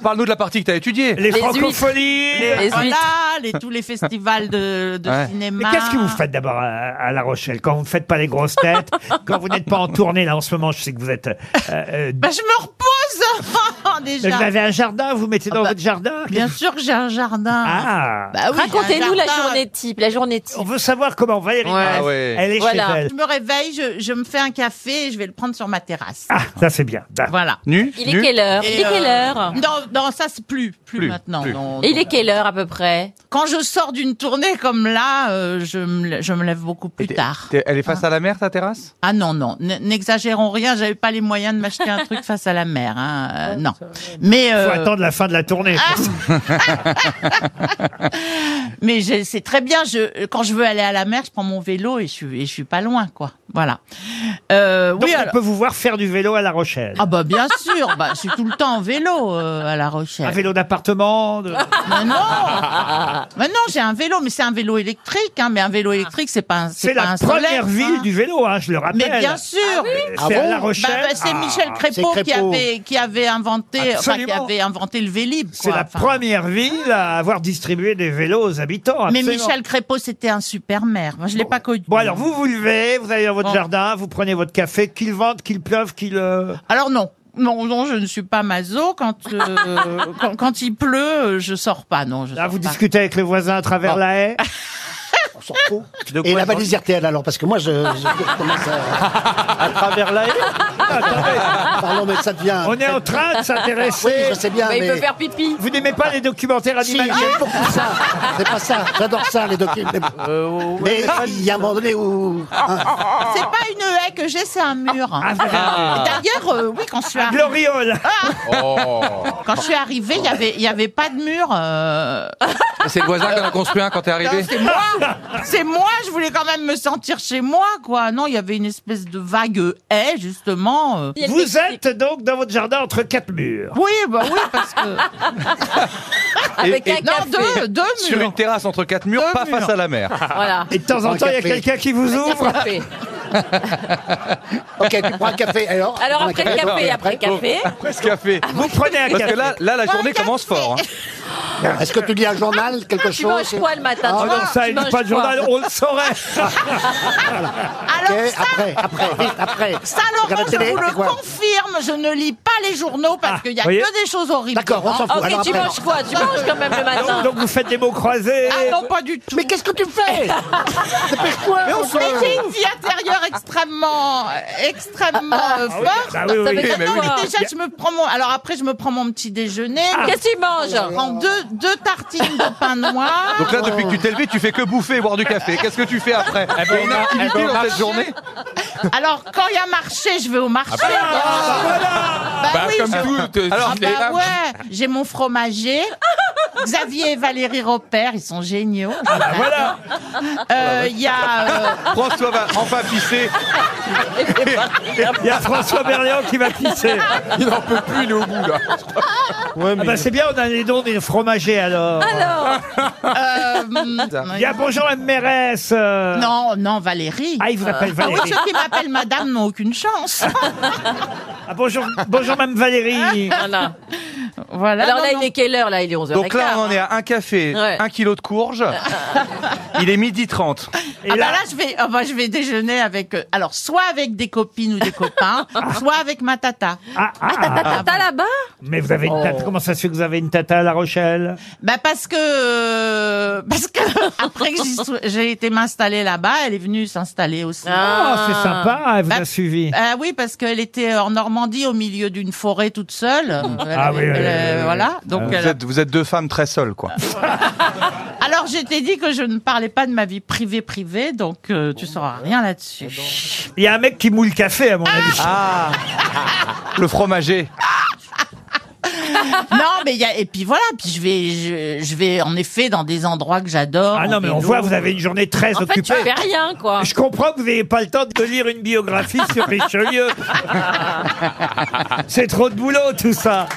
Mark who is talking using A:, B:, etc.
A: Parle-nous de la partie que tu as étudiée.
B: Les,
C: Les
B: francophonies
C: Les
B: Mais
C: huîtres.
D: Voilà, Ah, et tous les festivals de, de
A: Ouais.
D: cinéma.
B: qu'est-ce que vous faites d'abord à, à La Rochelle Quand vous ne faites pas les grosses têtes, quand vous n'êtes pas en tournée, là en ce moment, je sais que vous êtes. euh, euh,
D: Bah, je me repose Oh,
B: vous
D: déjà.
B: avez un jardin, vous mettez dans
D: Ah bah,
B: votre jardin
D: Bien sûr que j'ai un jardin.
B: Ah
D: Bah oui, j'ai un
C: Racontez-nous la
D: jardin.
C: journée type, la journée
B: On
C: type.
B: veut savoir comment va Valérie
C: Ouais.
B: Mérès,
A: Ah ouais.
B: Elle est chez
C: Voilà.
B: elle.
D: Je me réveille, je, je me fais un café et je vais le prendre sur ma terrasse.
B: Ah, ça c'est bien. Ah.
D: Voilà.
A: Nu
C: Il est quelle heure
D: Et,
C: Il est quelle
D: euh,
C: heure
D: Non, non, ça c'est plus, plus,
A: Plus,
D: maintenant.
A: plus.
D: non,
C: Il
D: non.
C: est quelle heure à peu près
D: Quand je sors d'une tournée comme là, euh, je, me, lè- je me lève beaucoup plus
A: T'es-
D: tard.
A: t'es- Elle est face à la mer, ta terrasse
D: Ah non, non, n- n'exagérons rien, j'avais pas les moyens de m'acheter un truc face à la mer. hein, euh, non. Mais,
B: Faut
D: euh,
B: attendre la fin de la tournée.
D: Ah, Mais je- c'est très bien. Je, quand je veux aller à la mer, je prends mon vélo et je suis, et je suis pas loin, quoi. Voilà. Euh,
B: Donc
D: oui,
B: on
D: alors-
B: peut vous voir faire du vélo à La Rochelle.
D: Ah bah bien sûr. Bah, je suis tout le temps en vélo euh, à La
B: Un
D: Rochelle.
B: vélo d'appartement. de-
D: Mais non. Mais non, j'ai un vélo, mais c'est un vélo électrique. Hein, mais un vélo électrique, c'est pas un.
B: C'est
D: pas
B: la
D: un solaire,
B: première
D: hein.
B: ville du vélo, hein, je le rappelle.
D: Mais bien sûr.
B: C'est
E: Ah
B: à
E: bon
B: La
D: Bah,
B: Rochelle.
D: bah, c'est
B: Ah,
D: Michel
E: c'est
D: Crépeau, qui
E: Crépeau.
D: avait qui avait inventé, enfin, qui
B: Absolument.
D: avait inventé le Vélib.
B: C'est
D: quoi.
B: la
D: Enfin,
B: première ville à avoir distribué des vélos aux habitants.
D: Mais
B: absolument.
D: Michel Crépeau, c'était un super maire. Moi, je l'ai pas connu.
B: Bon, alors vous vous levez, vous allez dans votre
D: Bon.
B: jardin, vous prenez votre café, qu'il vente, qu'il pleuve, qu'il. euh,
D: Alors non. Non, non, je ne suis pas maso. Quand, euh, quand, quand il pleut, euh, je sors pas. Non, je
B: Là,
E: Ah,
D: sors
B: ah, vous
D: pas.
B: discutez avec le voisin à travers la haie.
E: On s'en fout. Et la valise RTL alors Parce que moi, je, je commence à.
A: À travers la
E: Pardon, mais ça devient.
B: On est en train de
E: Oui,
B: s'intéresser.
E: je sais bien,
C: Bah, Il
E: mais.
C: peut faire pipi.
B: Vous n'aimez pas les documentaires
E: Si,
B: animaliers
E: j'aime beaucoup ça. C'est pas ça. J'adore ça, les documents. Mais il y a un moment donné où. hein,
D: C'est pas une haie que j'ai, c'est un mur.
B: Ah, voilà.
D: Et D'ailleurs, euh, oui, quand je suis, arri-
B: Gloriole
D: quand je suis arrivée, il y avait, il y avait pas de mur. euh.
A: C'est le voisin qui en a construit un quand t'es
D: Non,
A: arrivé
D: c'est moi. C'est moi. Je voulais quand même me sentir chez moi, quoi. Non, il y avait une espèce de vague haie, justement. euh.
C: Il y a le
B: Vous
C: Mexique.
B: êtes donc dans votre jardin entre quatre murs.
D: Oui, bah oui, parce que
C: avec
A: Et-
C: un
A: et-
D: non,
C: café.
D: deux, deux
A: Sur
D: murs.
A: une terrasse entre quatre murs,
D: Deux
A: pas
D: murs.
A: face à la mer.
C: Voilà.
B: Et de temps en
E: Un
B: temps, il y a
E: café.
B: quelqu'un qui vous
C: Un
B: ouvre.
C: café.
E: Ok, tu prends un café. Alors,
C: Alors
E: prends un
C: après le café, après le
A: Bon,
C: café.
A: Presque café.
B: Vous prenez un
A: Parce que
B: café.
A: là, là la
D: Prends un
A: journée
D: café.
A: commence fort. hein.
E: Est-ce que tu lis un journal, quelque
C: Ah, Tu manges
E: chose
C: quoi le matin
B: Oh
C: tu
B: non,
C: vois
B: ça,
C: Tu
B: il n'y a
C: manges
B: pas de
C: quoi
B: journal, on le saurait.
D: Alors
E: Ok,
D: ça,
E: après, après, vite, après.
D: Ça,
E: Regarde
D: Laurent,
E: la
D: je
E: télé,
D: vous le
E: c'est quoi
D: confirme, je ne lis pas les journaux parce
B: Ah,
D: qu'il y a
B: voyez
D: que des choses horribles.
E: D'accord, on s'en
B: Ah,
E: fout.
C: Ok,
E: alors
C: tu
E: après.
C: manges quoi Tu manges quand même le matin.
B: Donc vous faites des mots croisés.
D: Ah non, pas du tout.
E: Mais qu'est-ce que tu fais Dépêche-toi on
D: Ah, Mais j'ai une vie intérieure extrêmement, euh, extrêmement euh, forte.
B: Bah oui,
C: Ça
B: oui. Ah.
C: veut dire
A: mais
D: Non,
C: quoi
D: mais déjà, je me prends mon. Alors après, je me prends mon petit déjeuner.
C: Qu'est-ce que tu
D: Je
C: manges
D: prends deux, deux tartines de pain noir.
A: Donc là, depuis que tu t'es levé, tu fais que bouffer et boire du café. Qu'est-ce que tu fais après Il y a une activité dans cette journée
D: Alors, quand il y a marché, je vais au marché. Ah, bah, oui, je-
A: Alors,
D: Ah bah ouais, j'ai mon fromager. Xavier et Valérie Robert, ils sont géniaux.
B: Ah, bah, Voilà. Oh,
D: Euh, Il y a. euh,
A: François va enfin pisser.
B: Il y a François Berléand qui va pisser.
A: Il n'en peut plus, il est au bout, là.
B: Ah bah c'est bien, on a les dons des fromagers alors.
C: Alors,
D: euh,
B: Il y a bonjour la mairesse. euh.
D: Non, non, Valérie.
B: Ah, il vous appelle
D: Ah oui,
B: Valérie.
D: ceux qui m'appellent madame n'ont aucune chance.
B: Ah, bonjour, bonjour Mme Valérie.
C: voilà.
D: voilà.
C: Alors
D: non,
C: là,
D: non.
C: il est quelle heure Là, il est 11h.
A: Donc là, on en est à un café,
C: bah, Ouais.
A: un kilo de courge. Il est midi 30.
B: Et
D: Ah bah
B: là,
D: là, je vais, ah bah, je vais déjeuner avec, euh, alors soit avec des copines ou des copains, soit avec ma tata.
B: ah, ah, ah,
C: T'as là-bas
B: mais vous avez une tata. Comment ça se fait que vous avez une tata à La Rochelle
D: Bah parce que, euh, parce que après que j'y sois- j'ai été m'installer là-bas, elle est venue s'installer aussi.
C: Ah.
B: Oh, c'est sympa, elle vous
D: Bah,
B: a suivi.
D: Ah oui, parce qu'elle était en Normandie au milieu d'une forêt toute seule. Elle avait-
B: Ah oui, oui,
D: elle,
B: oui, Ah, oui.
D: Voilà. Donc,
A: Vous
D: elle a-
A: êtes, vous êtes deux femmes très seules, quoi.
D: Alors j'étais dit que je ne parlais pas de ma vie privée privée, donc euh, tu sauras
B: bah,
D: rien là-dessus.
B: Il y a un mec qui moule le café, à mon avis.
A: Ah Le fromager.
D: non, mais il y a et puis voilà, puis je vais je, je vais en effet dans des endroits que j'adore.
B: Ah non,
D: en
B: mais on
D: vélo.
B: voit, vous avez une journée très
C: En fait, tu
B: occupée.
C: fais rien, quoi.
B: Je comprends que vous n'ayez pas le temps de lire une biographie sur Richelieu. c'est trop de boulot, tout ça.